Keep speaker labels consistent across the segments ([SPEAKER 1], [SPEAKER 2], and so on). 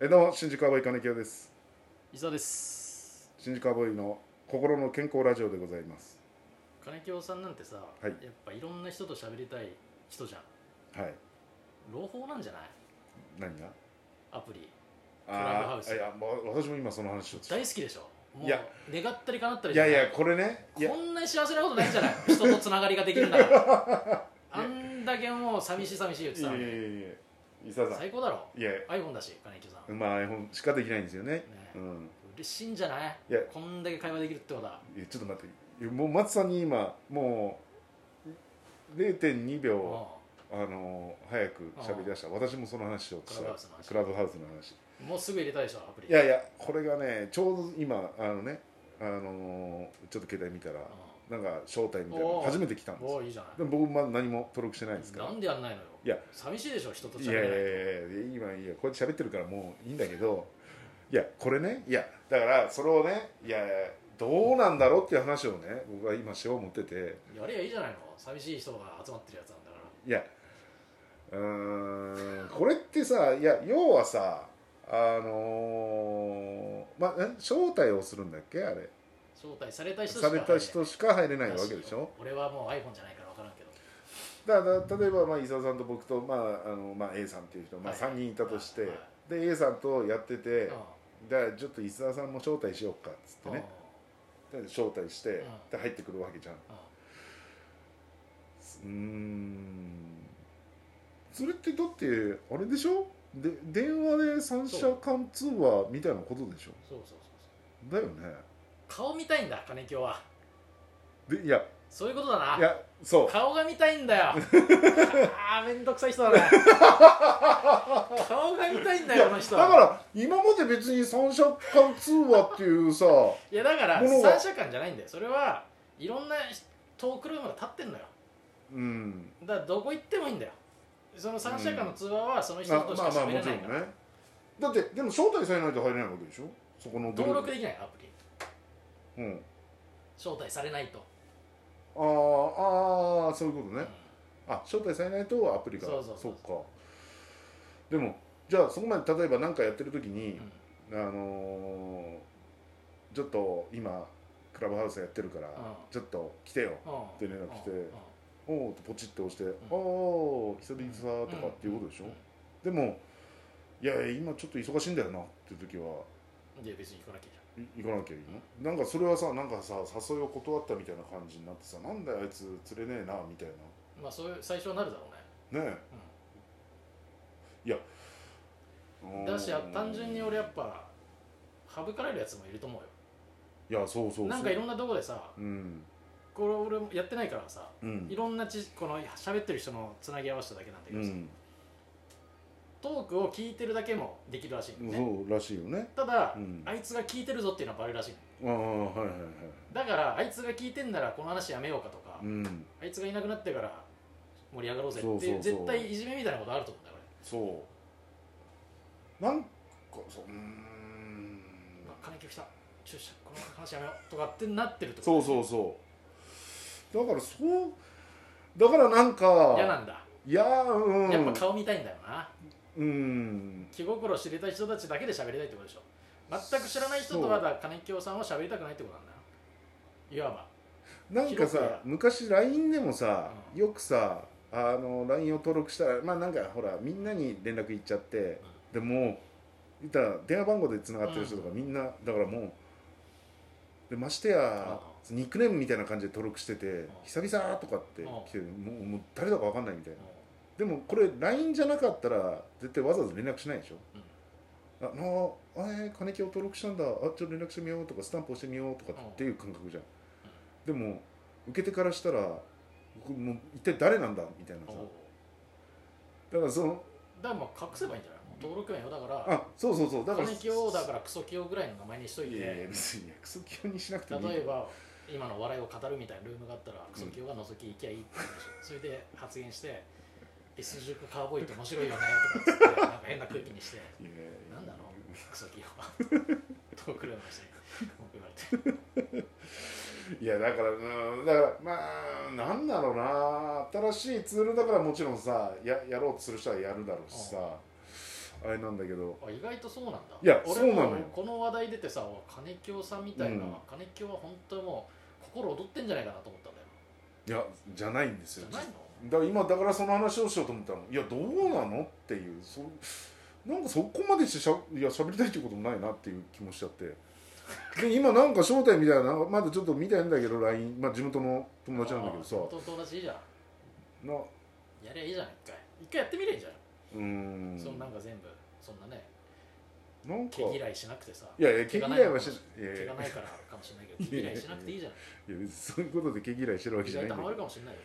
[SPEAKER 1] えどうも新宿アボイ金城です
[SPEAKER 2] 石田です
[SPEAKER 1] 新宿アボイの心の健康ラジオでございます
[SPEAKER 2] 金京さんなんてさ、
[SPEAKER 1] い
[SPEAKER 2] やっぱいろんな人と喋りたい人じゃん
[SPEAKER 1] はい
[SPEAKER 2] 朗報なんじゃない
[SPEAKER 1] 何が
[SPEAKER 2] アプリ
[SPEAKER 1] あ
[SPEAKER 2] ラブハウス
[SPEAKER 1] ーいやもう私も今その話をし
[SPEAKER 2] 大好きでしょも
[SPEAKER 1] いや
[SPEAKER 2] う願ったり叶ったり
[SPEAKER 1] い
[SPEAKER 2] じゃ
[SPEAKER 1] や
[SPEAKER 2] ない
[SPEAKER 1] いやこれねいや
[SPEAKER 2] こんなに幸せなことないんじゃ ない人とつながりができるんだからあんだけもう寂しい寂しい言っ
[SPEAKER 1] い
[SPEAKER 2] てた
[SPEAKER 1] や
[SPEAKER 2] の
[SPEAKER 1] い
[SPEAKER 2] に
[SPEAKER 1] やいや伊沢さん
[SPEAKER 2] 最高だろ
[SPEAKER 1] いや
[SPEAKER 2] iPhone だし金京さん
[SPEAKER 1] まあ iPhone しかできないんですよねうん
[SPEAKER 2] 嬉しいんじゃない
[SPEAKER 1] いや
[SPEAKER 2] こんだけ会話できるってことはい
[SPEAKER 1] やちょっと待ってもう松さんに今もう0.2秒あのー早く喋り出した私もその話をし
[SPEAKER 2] クラ
[SPEAKER 1] た
[SPEAKER 2] ブハウスの話
[SPEAKER 1] クラブハウスの話
[SPEAKER 2] うんもうすぐ入れたいでしょアプリ
[SPEAKER 1] いやいやこれがねちょうど今あのねあのーちょっと携帯見たらなんか招待みたいなの
[SPEAKER 2] おー
[SPEAKER 1] 初めて来たん
[SPEAKER 2] うん
[SPEAKER 1] です
[SPEAKER 2] お
[SPEAKER 1] よ
[SPEAKER 2] ーいいじゃない
[SPEAKER 1] でも僕まだ何も登録してないんですから
[SPEAKER 2] なんでやんないのよ
[SPEAKER 1] いや
[SPEAKER 2] 寂しいでしょ人と
[SPEAKER 1] い
[SPEAKER 2] 喋
[SPEAKER 1] やい
[SPEAKER 2] れ
[SPEAKER 1] や
[SPEAKER 2] ないい
[SPEAKER 1] や
[SPEAKER 2] と
[SPEAKER 1] いや今いいやこうやって喋ってるからもういいんだけどいやこれねいやだからそれをねいやどうなんだろうっていう話をね僕は今しよう思ってて
[SPEAKER 2] やればいいじゃないの寂しい人が集まってるやつなんだから
[SPEAKER 1] いやうーんこれってさいや要はさあのーまあえ招待をするんだっけあれ
[SPEAKER 2] 招待された人しか
[SPEAKER 1] された人しか入れないわけでしょ
[SPEAKER 2] 俺はもう iPhone じゃないから分からんけど
[SPEAKER 1] だから例えば、まあ、伊沢さんと僕と、まああのまあ、A さんっていう人、まあ、
[SPEAKER 2] はいはい
[SPEAKER 1] 3人いたとして、
[SPEAKER 2] はいは
[SPEAKER 1] で A さんとやってて、
[SPEAKER 2] うん
[SPEAKER 1] じゃあちょっと伊沢さんも招待しようかっつってね、で招待して、
[SPEAKER 2] うん
[SPEAKER 1] で入ってくるわけじゃんうー
[SPEAKER 2] うん
[SPEAKER 1] んそれってだってあれでしょで電話で三者間通話みたいなことでしょ
[SPEAKER 2] そうそうそうそ
[SPEAKER 1] だ
[SPEAKER 2] う
[SPEAKER 1] よね
[SPEAKER 2] 顔見たいんだ金京は
[SPEAKER 1] でいや
[SPEAKER 2] そういうことだない
[SPEAKER 1] やそう
[SPEAKER 2] 顔が見たいんだ よああめんどくさい人だな顔が見たいんだよこの人
[SPEAKER 1] だ
[SPEAKER 2] は
[SPEAKER 1] から今まで別に三者間通話っていうさ
[SPEAKER 2] いやだから
[SPEAKER 1] ものが
[SPEAKER 2] 三者間じゃないんだよそれはいろんなトークルームが立ってんのよ
[SPEAKER 1] うん
[SPEAKER 2] だからどこ行ってもいいんだよその三者間の通話はその人
[SPEAKER 1] あ
[SPEAKER 2] とし
[SPEAKER 1] ま
[SPEAKER 2] か
[SPEAKER 1] あまあ
[SPEAKER 2] 喋
[SPEAKER 1] も
[SPEAKER 2] れ
[SPEAKER 1] ち
[SPEAKER 2] な
[SPEAKER 1] ろ
[SPEAKER 2] い
[SPEAKER 1] ん
[SPEAKER 2] か
[SPEAKER 1] ね
[SPEAKER 2] ら、
[SPEAKER 1] だってでも招待されないと入れないわけでしょそこのグル
[SPEAKER 2] 登
[SPEAKER 1] ー
[SPEAKER 2] 録
[SPEAKER 1] プ
[SPEAKER 2] できないアプリ
[SPEAKER 1] うん
[SPEAKER 2] 招待されないと、
[SPEAKER 1] あーあーそういうこと
[SPEAKER 2] うん
[SPEAKER 1] ねあ招待されないとアプリが
[SPEAKER 2] そうそうそう
[SPEAKER 1] っかでもじゃあそこまで例えば何かやってる時に
[SPEAKER 2] うん、
[SPEAKER 1] あのーちょっと今クラブハウスやってるから、ちょっと来てよ
[SPEAKER 2] う
[SPEAKER 1] で
[SPEAKER 2] ん
[SPEAKER 1] 連絡来て
[SPEAKER 2] うんうん
[SPEAKER 1] おおってポチッと押して「
[SPEAKER 2] ん
[SPEAKER 1] おお久々」とかっていうことでしょ、でも「いやいや今ちょっと忙しいんだよな」っていう時は
[SPEAKER 2] うんいや別に行かなきゃいけない
[SPEAKER 1] 行かなきゃいいのなんかそれはさなんかさ誘いを断ったみたいな感じになってさなんだよあいつ釣れねえなみたい
[SPEAKER 2] いまあそういう最初はなるだろうね
[SPEAKER 1] なねえ、いやうーん
[SPEAKER 2] だし単純に俺やっぱ省かれるやつもいると思うよ
[SPEAKER 1] いやそうそうそう
[SPEAKER 2] なんかいろんなとこでさ
[SPEAKER 1] うん
[SPEAKER 2] これ俺もやってないからさ
[SPEAKER 1] うん
[SPEAKER 2] いろんなちこの喋ってる人のつなぎ合わせただけなんだけ
[SPEAKER 1] う
[SPEAKER 2] どさ、
[SPEAKER 1] ん
[SPEAKER 2] トークを聞いてるだけもできるらしいんだよね
[SPEAKER 1] そうらしいよね
[SPEAKER 2] ただ、
[SPEAKER 1] うん
[SPEAKER 2] あいつが聞いてるぞっていうのはバレるらしいの
[SPEAKER 1] ああはいはいはい
[SPEAKER 2] だからあいつが聞いてんならこの話やめようかとか、
[SPEAKER 1] うん
[SPEAKER 2] あいつがいなくなってから盛り上がろうぜって
[SPEAKER 1] そうそうそう
[SPEAKER 2] 絶対いじめみたいなことあると思うんだよ
[SPEAKER 1] そうなんかそううーん
[SPEAKER 2] 俺、まあ、金木来た注射この話やめようとかってなってると
[SPEAKER 1] そうそうそうだからそうだからなんか
[SPEAKER 2] 嫌なんだ、
[SPEAKER 1] いやーうん
[SPEAKER 2] やっぱ顔見たいんだよな
[SPEAKER 1] うん
[SPEAKER 2] 気心知れた人たちだけで喋りたいってことでしょ全く知らない人とはだ金木さんは喋りたくないってことなんだよいわば
[SPEAKER 1] なんか
[SPEAKER 2] 広くや
[SPEAKER 1] さ昔 LINE でもさ、
[SPEAKER 2] うん
[SPEAKER 1] よくさあの LINE を登録したらまあなんかほらみんなに連絡いっちゃって、でもう言ったら電話番号でつながってる人とか、みんなだからもうでましてや、ニックネームみたいな感じで登録してて、久々とかって来て、もうもう誰だか分かんないみたいな、でもこれ LINE じゃなかったら絶対わざわざ連絡しないでしょ、あのあえー、金木を登録したんだあちょっと連絡してみようとかスタンプ押してみようとかっていう感覚じゃん、でも受け手からしたら僕もう一体誰なんだみたいな
[SPEAKER 2] お
[SPEAKER 1] さ
[SPEAKER 2] う
[SPEAKER 1] だからその
[SPEAKER 2] だからまあ隠せばいいんじゃないもう登録名よだから
[SPEAKER 1] あそうそうそうだから
[SPEAKER 2] 金木をだからクソキオぐらいの名前にしとい
[SPEAKER 1] い
[SPEAKER 2] て
[SPEAKER 1] やいや別に約束にしなくてもいい
[SPEAKER 2] 例えば今の笑いを語るみたいなルームがあったらクソキオが覗き行きゃいいって言うんでしょそれで発言して「S 塾カーボーイって面白いよね」と かっつってなんか変な空気にして
[SPEAKER 1] いやいや
[SPEAKER 2] 「なんだろ うクソキオは」トークルームにして文句言われて
[SPEAKER 1] いやだからうんだからまあなんだろうな新しいツールだからもちろんさややろうとする人はやるだろうしさあれなんだけど
[SPEAKER 2] あ意外とそうなんだ
[SPEAKER 1] いや
[SPEAKER 2] 俺
[SPEAKER 1] そうな
[SPEAKER 2] も
[SPEAKER 1] のよ
[SPEAKER 2] この話題出てさ金京さんみたいな、
[SPEAKER 1] うん
[SPEAKER 2] 金京は本当もう心躍ってんじゃないかなと思ったんだよ
[SPEAKER 1] いやじゃないんです
[SPEAKER 2] じ
[SPEAKER 1] よ
[SPEAKER 2] ゃないの
[SPEAKER 1] だから今だからその話をしようと思ったのいやどうなのっていうそなんかそこまでしてしゃいや喋りたいってこともないなっていう気もしちゃってで今なんか招待みたいなまだちょっと見てないんだけど LINE、まあ、地元の友達なんだけどさ
[SPEAKER 2] あー友達いいじゃん
[SPEAKER 1] なう
[SPEAKER 2] やりゃいいじゃん一回一回やってみれんじゃん、
[SPEAKER 1] ーん
[SPEAKER 2] そんなんか全部そんなね
[SPEAKER 1] なんか
[SPEAKER 2] 毛嫌いしなくてさ
[SPEAKER 1] いやいや毛嫌いはしないいやい
[SPEAKER 2] 毛
[SPEAKER 1] や
[SPEAKER 2] がないからかもしれないけど毛嫌いしなくていいじゃん
[SPEAKER 1] いや別にそういうことで毛嫌いしてるわけ
[SPEAKER 2] 意
[SPEAKER 1] じゃな
[SPEAKER 2] 外
[SPEAKER 1] いんだけど、
[SPEAKER 2] とハマるかもしれないよ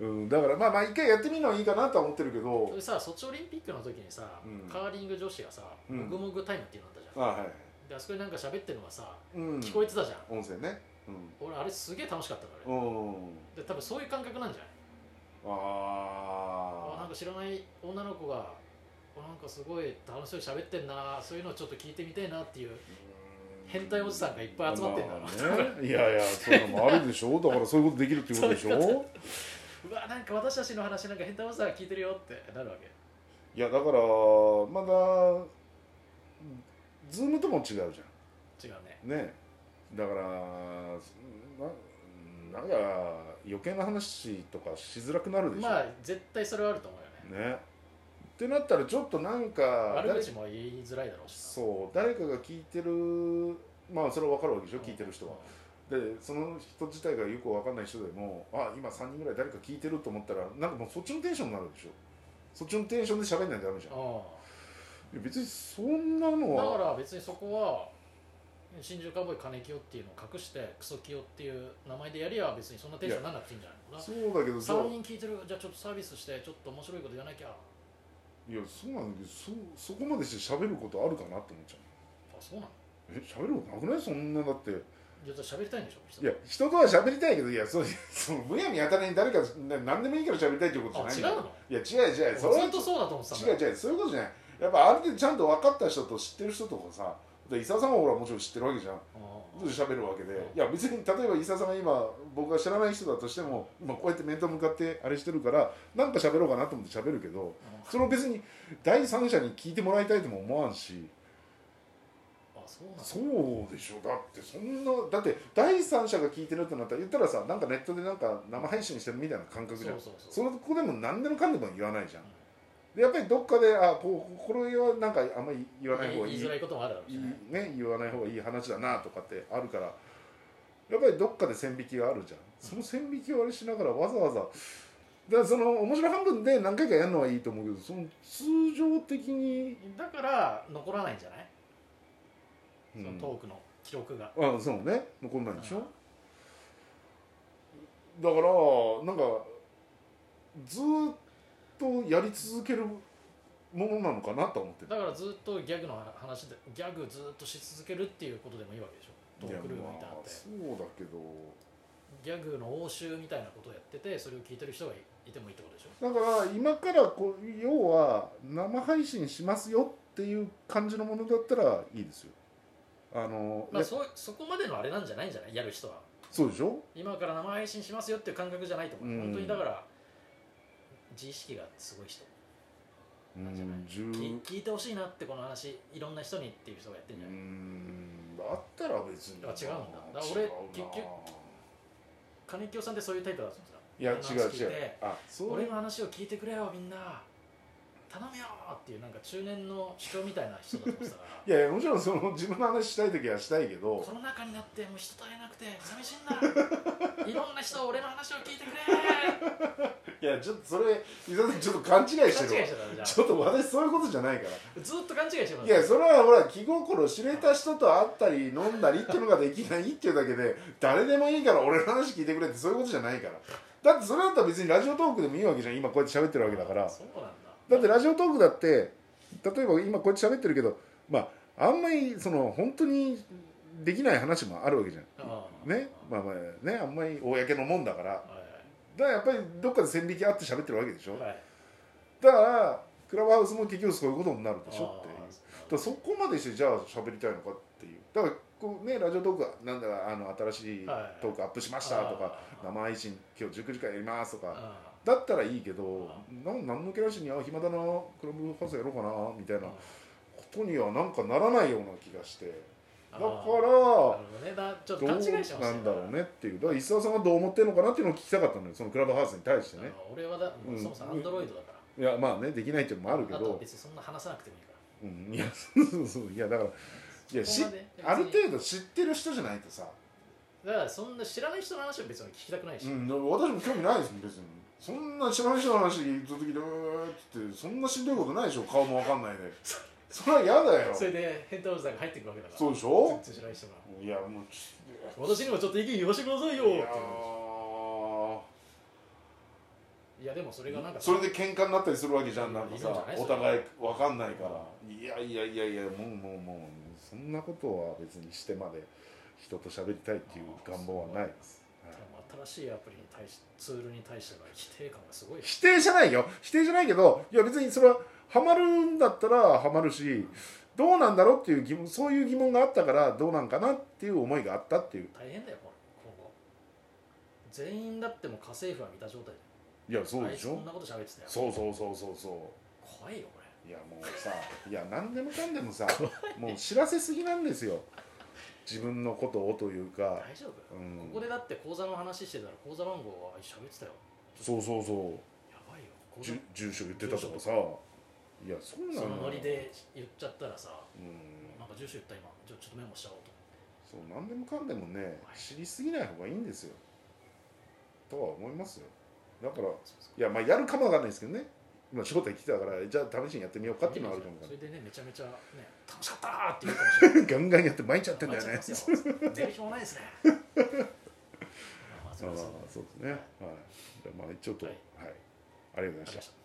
[SPEAKER 1] うん、だからまあまあ一回やってみるのはいいかなとは思ってるけ
[SPEAKER 2] そ
[SPEAKER 1] ど
[SPEAKER 2] れさソチオリンピックの時にさ、
[SPEAKER 1] うん
[SPEAKER 2] カーリング女子がさ
[SPEAKER 1] うん
[SPEAKER 2] もぐもぐタイムっていうのあったじゃん
[SPEAKER 1] あ、は
[SPEAKER 2] であそこでなんか喋ってるのがさ
[SPEAKER 1] い、うん、
[SPEAKER 2] 聞こえてたじゃん、
[SPEAKER 1] 音声ね
[SPEAKER 2] 俺あれすげえ楽しかったから、
[SPEAKER 1] う
[SPEAKER 2] ね
[SPEAKER 1] ん、うん、
[SPEAKER 2] で多分そういう感覚なんじゃないあなん
[SPEAKER 1] ああ
[SPEAKER 2] か知らない女の子があなんかすごい楽しそうに喋ってんなそういうのをちょっと聞いてみたいなっていう変態おじさんがいっぱい集まってんだろう
[SPEAKER 1] まあね、いやいやそういうのもあるでし ょだからそういうことできるっていうことでし
[SPEAKER 2] そういう
[SPEAKER 1] ょ
[SPEAKER 2] うわなんか私たちの話なんか変態おじさんが聞いてるよってなるわけ
[SPEAKER 1] いやだからまだズームとも違うじゃん
[SPEAKER 2] 違うね
[SPEAKER 1] ねだからななんか余計な話とかしづらくなるでしょ、
[SPEAKER 2] まあ絶対それはあると思うよね
[SPEAKER 1] ねってなったらちょっとなんか
[SPEAKER 2] 悪
[SPEAKER 1] 誰
[SPEAKER 2] 口も言いづらいだろうしな
[SPEAKER 1] そう誰かが聞いてるまあそれは分かるわけでしょ聞いてる人は
[SPEAKER 2] うん
[SPEAKER 1] でその人自体がよく分かんない人でもあ今3人ぐらい誰か聞いてると思ったらなんかもうそっちのテンションになるでしょそっちのテンションで喋んないとダメじゃんいや別にそんなの
[SPEAKER 2] うんだか
[SPEAKER 1] は
[SPEAKER 2] ら別にそこは新宿カウボーイ金清っていうのを隠してクソ清っていう名前でやりゃ別にそんなテンションにならなくていいんじゃないの
[SPEAKER 1] そうだけどじゃあ
[SPEAKER 2] 3人聞いてるじゃあちょっとサービスしてちょっと面白いこと言わなきゃあ
[SPEAKER 1] いやそうなんだけどそそこまでして喋ることあるかなって思っちゃう
[SPEAKER 2] そうなの
[SPEAKER 1] え喋ることなくないそんなだって
[SPEAKER 2] いやじゃあ喋りたいんでしょ人
[SPEAKER 1] いや人とは喋りたいけどいや そうそうむやみやたらに誰かな何でもいいから喋りたいっていうこと
[SPEAKER 2] あ
[SPEAKER 1] じ
[SPEAKER 2] 違
[SPEAKER 1] ゃないうんだよ
[SPEAKER 2] の
[SPEAKER 1] いや違う違うそれ
[SPEAKER 2] ず
[SPEAKER 1] は
[SPEAKER 2] っとそうだと思ってたんだ
[SPEAKER 1] 違う違うそういうことじゃないやっぱある程度ちゃんと分かった人と知ってる人とかさで伊沢さんはほらもちろん知ってるわけじゃん
[SPEAKER 2] うん
[SPEAKER 1] で喋るわけで、
[SPEAKER 2] うん
[SPEAKER 1] いや別に例えば伊沢さんが今僕が知らない人だとしても今こうやって面と向かってあれしてるからなんか喋ろうかなと思って喋るけどそれを別に第三者に聞いてもらいたいとも思わんし
[SPEAKER 2] あそうなの
[SPEAKER 1] そうでしょだってそんなだって第三者が聞いてるってなったら言ったらさなんかネットでなんか生配信してるみたいな感覚じゃん
[SPEAKER 2] そうそう
[SPEAKER 1] そ
[SPEAKER 2] そう
[SPEAKER 1] のとこでも何でもかんでも言わないじゃん
[SPEAKER 2] うん
[SPEAKER 1] でやっぱりどっかであこうこれはなんかあんまり言わない
[SPEAKER 2] 言
[SPEAKER 1] 方がい
[SPEAKER 2] い
[SPEAKER 1] い
[SPEAKER 2] づらいこともあるだろう
[SPEAKER 1] い
[SPEAKER 2] し
[SPEAKER 1] い
[SPEAKER 2] ね
[SPEAKER 1] ね、言わない方がいい話だなとかってあるからやっぱりどっかで線引きがあるじゃんその線引きをあれしながらわざわざだからその面白半分で何回かやるのはいいと思うけどその通常的に、
[SPEAKER 2] だから残らないんじゃない
[SPEAKER 1] うん
[SPEAKER 2] そのトークの記録が
[SPEAKER 1] あそうね残んないでしょ、だからなんかずーっとやり続けるものなのかなと思ってる
[SPEAKER 2] だからずっとギャグの話でギャグずっとし続けるっていうことでもいいわけでしょトークルームみたい
[SPEAKER 1] いやま
[SPEAKER 2] なの
[SPEAKER 1] あ
[SPEAKER 2] って
[SPEAKER 1] そうだけど
[SPEAKER 2] ギャグの応酬みたいなことをやっててそれを聞いてる人がいてもいいってことでしょ
[SPEAKER 1] だから今からこう要は生配信しますよっていう感じのものだったらいいですよあの、
[SPEAKER 2] まあ
[SPEAKER 1] や
[SPEAKER 2] そうそこまでのあれなんじゃないんじゃないやる人は
[SPEAKER 1] そうでしょ
[SPEAKER 2] 今から生配信しますよっていう感覚じゃないと思う、
[SPEAKER 1] うん
[SPEAKER 2] 本当にだから自意識がすごい人
[SPEAKER 1] う
[SPEAKER 2] なんじゃない
[SPEAKER 1] ん十
[SPEAKER 2] 聞聞いてほしいなってこの話いろんな人にっていう人がやって
[SPEAKER 1] うん
[SPEAKER 2] じゃない、
[SPEAKER 1] んだったら別に
[SPEAKER 2] あ違うんだだから
[SPEAKER 1] 違
[SPEAKER 2] 俺
[SPEAKER 1] うな
[SPEAKER 2] 結局金清さんってそういうタイプだと思ってた
[SPEAKER 1] いや違う
[SPEAKER 2] 俺の話
[SPEAKER 1] 違
[SPEAKER 2] 聞いうて
[SPEAKER 1] あそう
[SPEAKER 2] 俺の話を聞いてくれよみんな頼むよっていうなんか中年の主張みたいな人だと思ってたか ら
[SPEAKER 1] いやいやもちろんその自分の話したい時はしたいけど
[SPEAKER 2] コロナ禍になってもう人と会えなくて寂しいんだいろんな人俺の話を聞いてくれ
[SPEAKER 1] いやちょっとそれ伊沢さんちょっと勘違い
[SPEAKER 2] 勘
[SPEAKER 1] して
[SPEAKER 2] 違い
[SPEAKER 1] る
[SPEAKER 2] してたねじゃ
[SPEAKER 1] わ
[SPEAKER 2] あ
[SPEAKER 1] ちょっと私そういうことじゃないから
[SPEAKER 2] ずっと勘違いしてます
[SPEAKER 1] いやそれはほら気心知れた人と会ったり飲んだりっていうのができないっていうだけで誰でもいいから俺の話聞いてくれってそういうことじゃないからだってそれだったら別にラジオトークでもいいわけじゃん今こうやって喋ってるわけだから
[SPEAKER 2] そうなんだ
[SPEAKER 1] だってラジオトークだって例えば今こうやって喋ってるけどまああんまりその本当にできない話もあるわけじゃんねまあまあねあんまり公のもんだからだか
[SPEAKER 2] あ、はい
[SPEAKER 1] らやっぱりどっかで線引きあって喋ってるわけでしょ
[SPEAKER 2] はいはい、
[SPEAKER 1] だからクラブハウスも結局そういうことになるでしょっていうだか
[SPEAKER 2] あ
[SPEAKER 1] らそこまでしてじゃあ喋りたいのかっていうだからこうねラジオトークはなんだかあの新しい
[SPEAKER 2] はい
[SPEAKER 1] トークアップしましたとか
[SPEAKER 2] あー
[SPEAKER 1] 生配信今日19時間やりますとか
[SPEAKER 2] あ
[SPEAKER 1] だったらいいけど
[SPEAKER 2] あ
[SPEAKER 1] なん何の気なしにあ暇だなクラブハウスやろうかなみたいな
[SPEAKER 2] うん
[SPEAKER 1] ことにはなんかならないような気がしてだから
[SPEAKER 2] あーなるほどねだちょっと
[SPEAKER 1] どう
[SPEAKER 2] 勘違いしてました
[SPEAKER 1] なんだろうねっていうだから石澤さんはどう思ってるのかなっていうのを聞きたかったのよそのクラブハウスに対して
[SPEAKER 2] あ
[SPEAKER 1] ね
[SPEAKER 2] の俺はだ、
[SPEAKER 1] うん
[SPEAKER 2] そもそもアンドロイドだから、
[SPEAKER 1] いやまあねできないっていうのもあるけ
[SPEAKER 2] あとは
[SPEAKER 1] ど、
[SPEAKER 2] 別にそんな話さなくてもいいから
[SPEAKER 1] うん、いやそうそうそういやだからいや
[SPEAKER 2] そ
[SPEAKER 1] し
[SPEAKER 2] こまで
[SPEAKER 1] ある
[SPEAKER 2] 別に
[SPEAKER 1] 程度知ってる人じゃないとさ、
[SPEAKER 2] だからそんな知らない人の話は別に聞きたくないし、
[SPEAKER 1] うん、私も興味ないですもん別にそんな知らない人の話聞いた時でうーってってそんなしんどいことないでしょ顔もわかんないで それは嫌だよ
[SPEAKER 2] それでヘンタウルさんが入ってくるわけだから
[SPEAKER 1] そうでしょ
[SPEAKER 2] 全然知らない人が
[SPEAKER 1] いやもうち
[SPEAKER 2] 私にもちょっと意見言わせてくださいよ
[SPEAKER 1] いや
[SPEAKER 2] っ
[SPEAKER 1] ー
[SPEAKER 2] ていやでもそれがなんか
[SPEAKER 1] それで喧嘩になったりするわけじゃんなんか
[SPEAKER 2] いるんじ
[SPEAKER 1] さ
[SPEAKER 2] ゃない
[SPEAKER 1] お互いわかんないからいやいやいやいやもうもうもうそんなことは別にしてまで人と喋りたいっていう願望はないです、
[SPEAKER 2] 多
[SPEAKER 1] はい
[SPEAKER 2] 分新しいアプリに対しツールに対しての否定感がすごい
[SPEAKER 1] 否定じゃないよ否定じゃないけどいや別にそれはハマるんだったらハマるしどうなんだろうっていう疑問そういう疑問があったからどうなんかなっていう思いがあったっていう
[SPEAKER 2] 大変だよこれ今後全員だってもう家政婦は見た状態
[SPEAKER 1] いやそう
[SPEAKER 2] あ
[SPEAKER 1] で
[SPEAKER 2] い
[SPEAKER 1] し
[SPEAKER 2] つこ
[SPEAKER 1] ょ
[SPEAKER 2] んなこと喋ってたよ
[SPEAKER 1] そうそうそうそうそ
[SPEAKER 2] 怖いよこれ
[SPEAKER 1] ういやもうさいや何でもかんでもさもう知らせすぎなんですよ自分のことをというか
[SPEAKER 2] 大丈夫、
[SPEAKER 1] うん
[SPEAKER 2] ここでだって口座の話してたら口座番号は喋ってたよ
[SPEAKER 1] そうそうそ
[SPEAKER 2] やばいよ
[SPEAKER 1] う
[SPEAKER 2] 口座
[SPEAKER 1] 住住所言ってたとかさいやそうなの
[SPEAKER 2] そ
[SPEAKER 1] よ
[SPEAKER 2] のノリで言っちゃったらさ
[SPEAKER 1] うん
[SPEAKER 2] なんか住所言った今じゃあちょっとメモしちゃおうと
[SPEAKER 1] そう何でもかんでもね知りすぎない方がいいんですよとは思いますよだからい
[SPEAKER 2] そうそう
[SPEAKER 1] やまあやるかもわかんないですけどね今招待来てたからじゃあ試しにやってみようかっていうのはあるかもわかん
[SPEAKER 2] そ
[SPEAKER 1] ない
[SPEAKER 2] れでねめちゃめちゃね楽しかったーって言うかもしれない
[SPEAKER 1] ガンガンやって毎日やってんだよ
[SPEAKER 2] 毎日
[SPEAKER 1] ね
[SPEAKER 2] やってますよ全票ないですねまあまあ
[SPEAKER 1] ま
[SPEAKER 2] そ
[SPEAKER 1] あ
[SPEAKER 2] う
[SPEAKER 1] まあ
[SPEAKER 2] で す
[SPEAKER 1] そうですねはいじゃあまあ一応とは
[SPEAKER 2] はいい
[SPEAKER 1] ありがとうございま
[SPEAKER 2] ありがとうござ
[SPEAKER 1] した
[SPEAKER 2] いました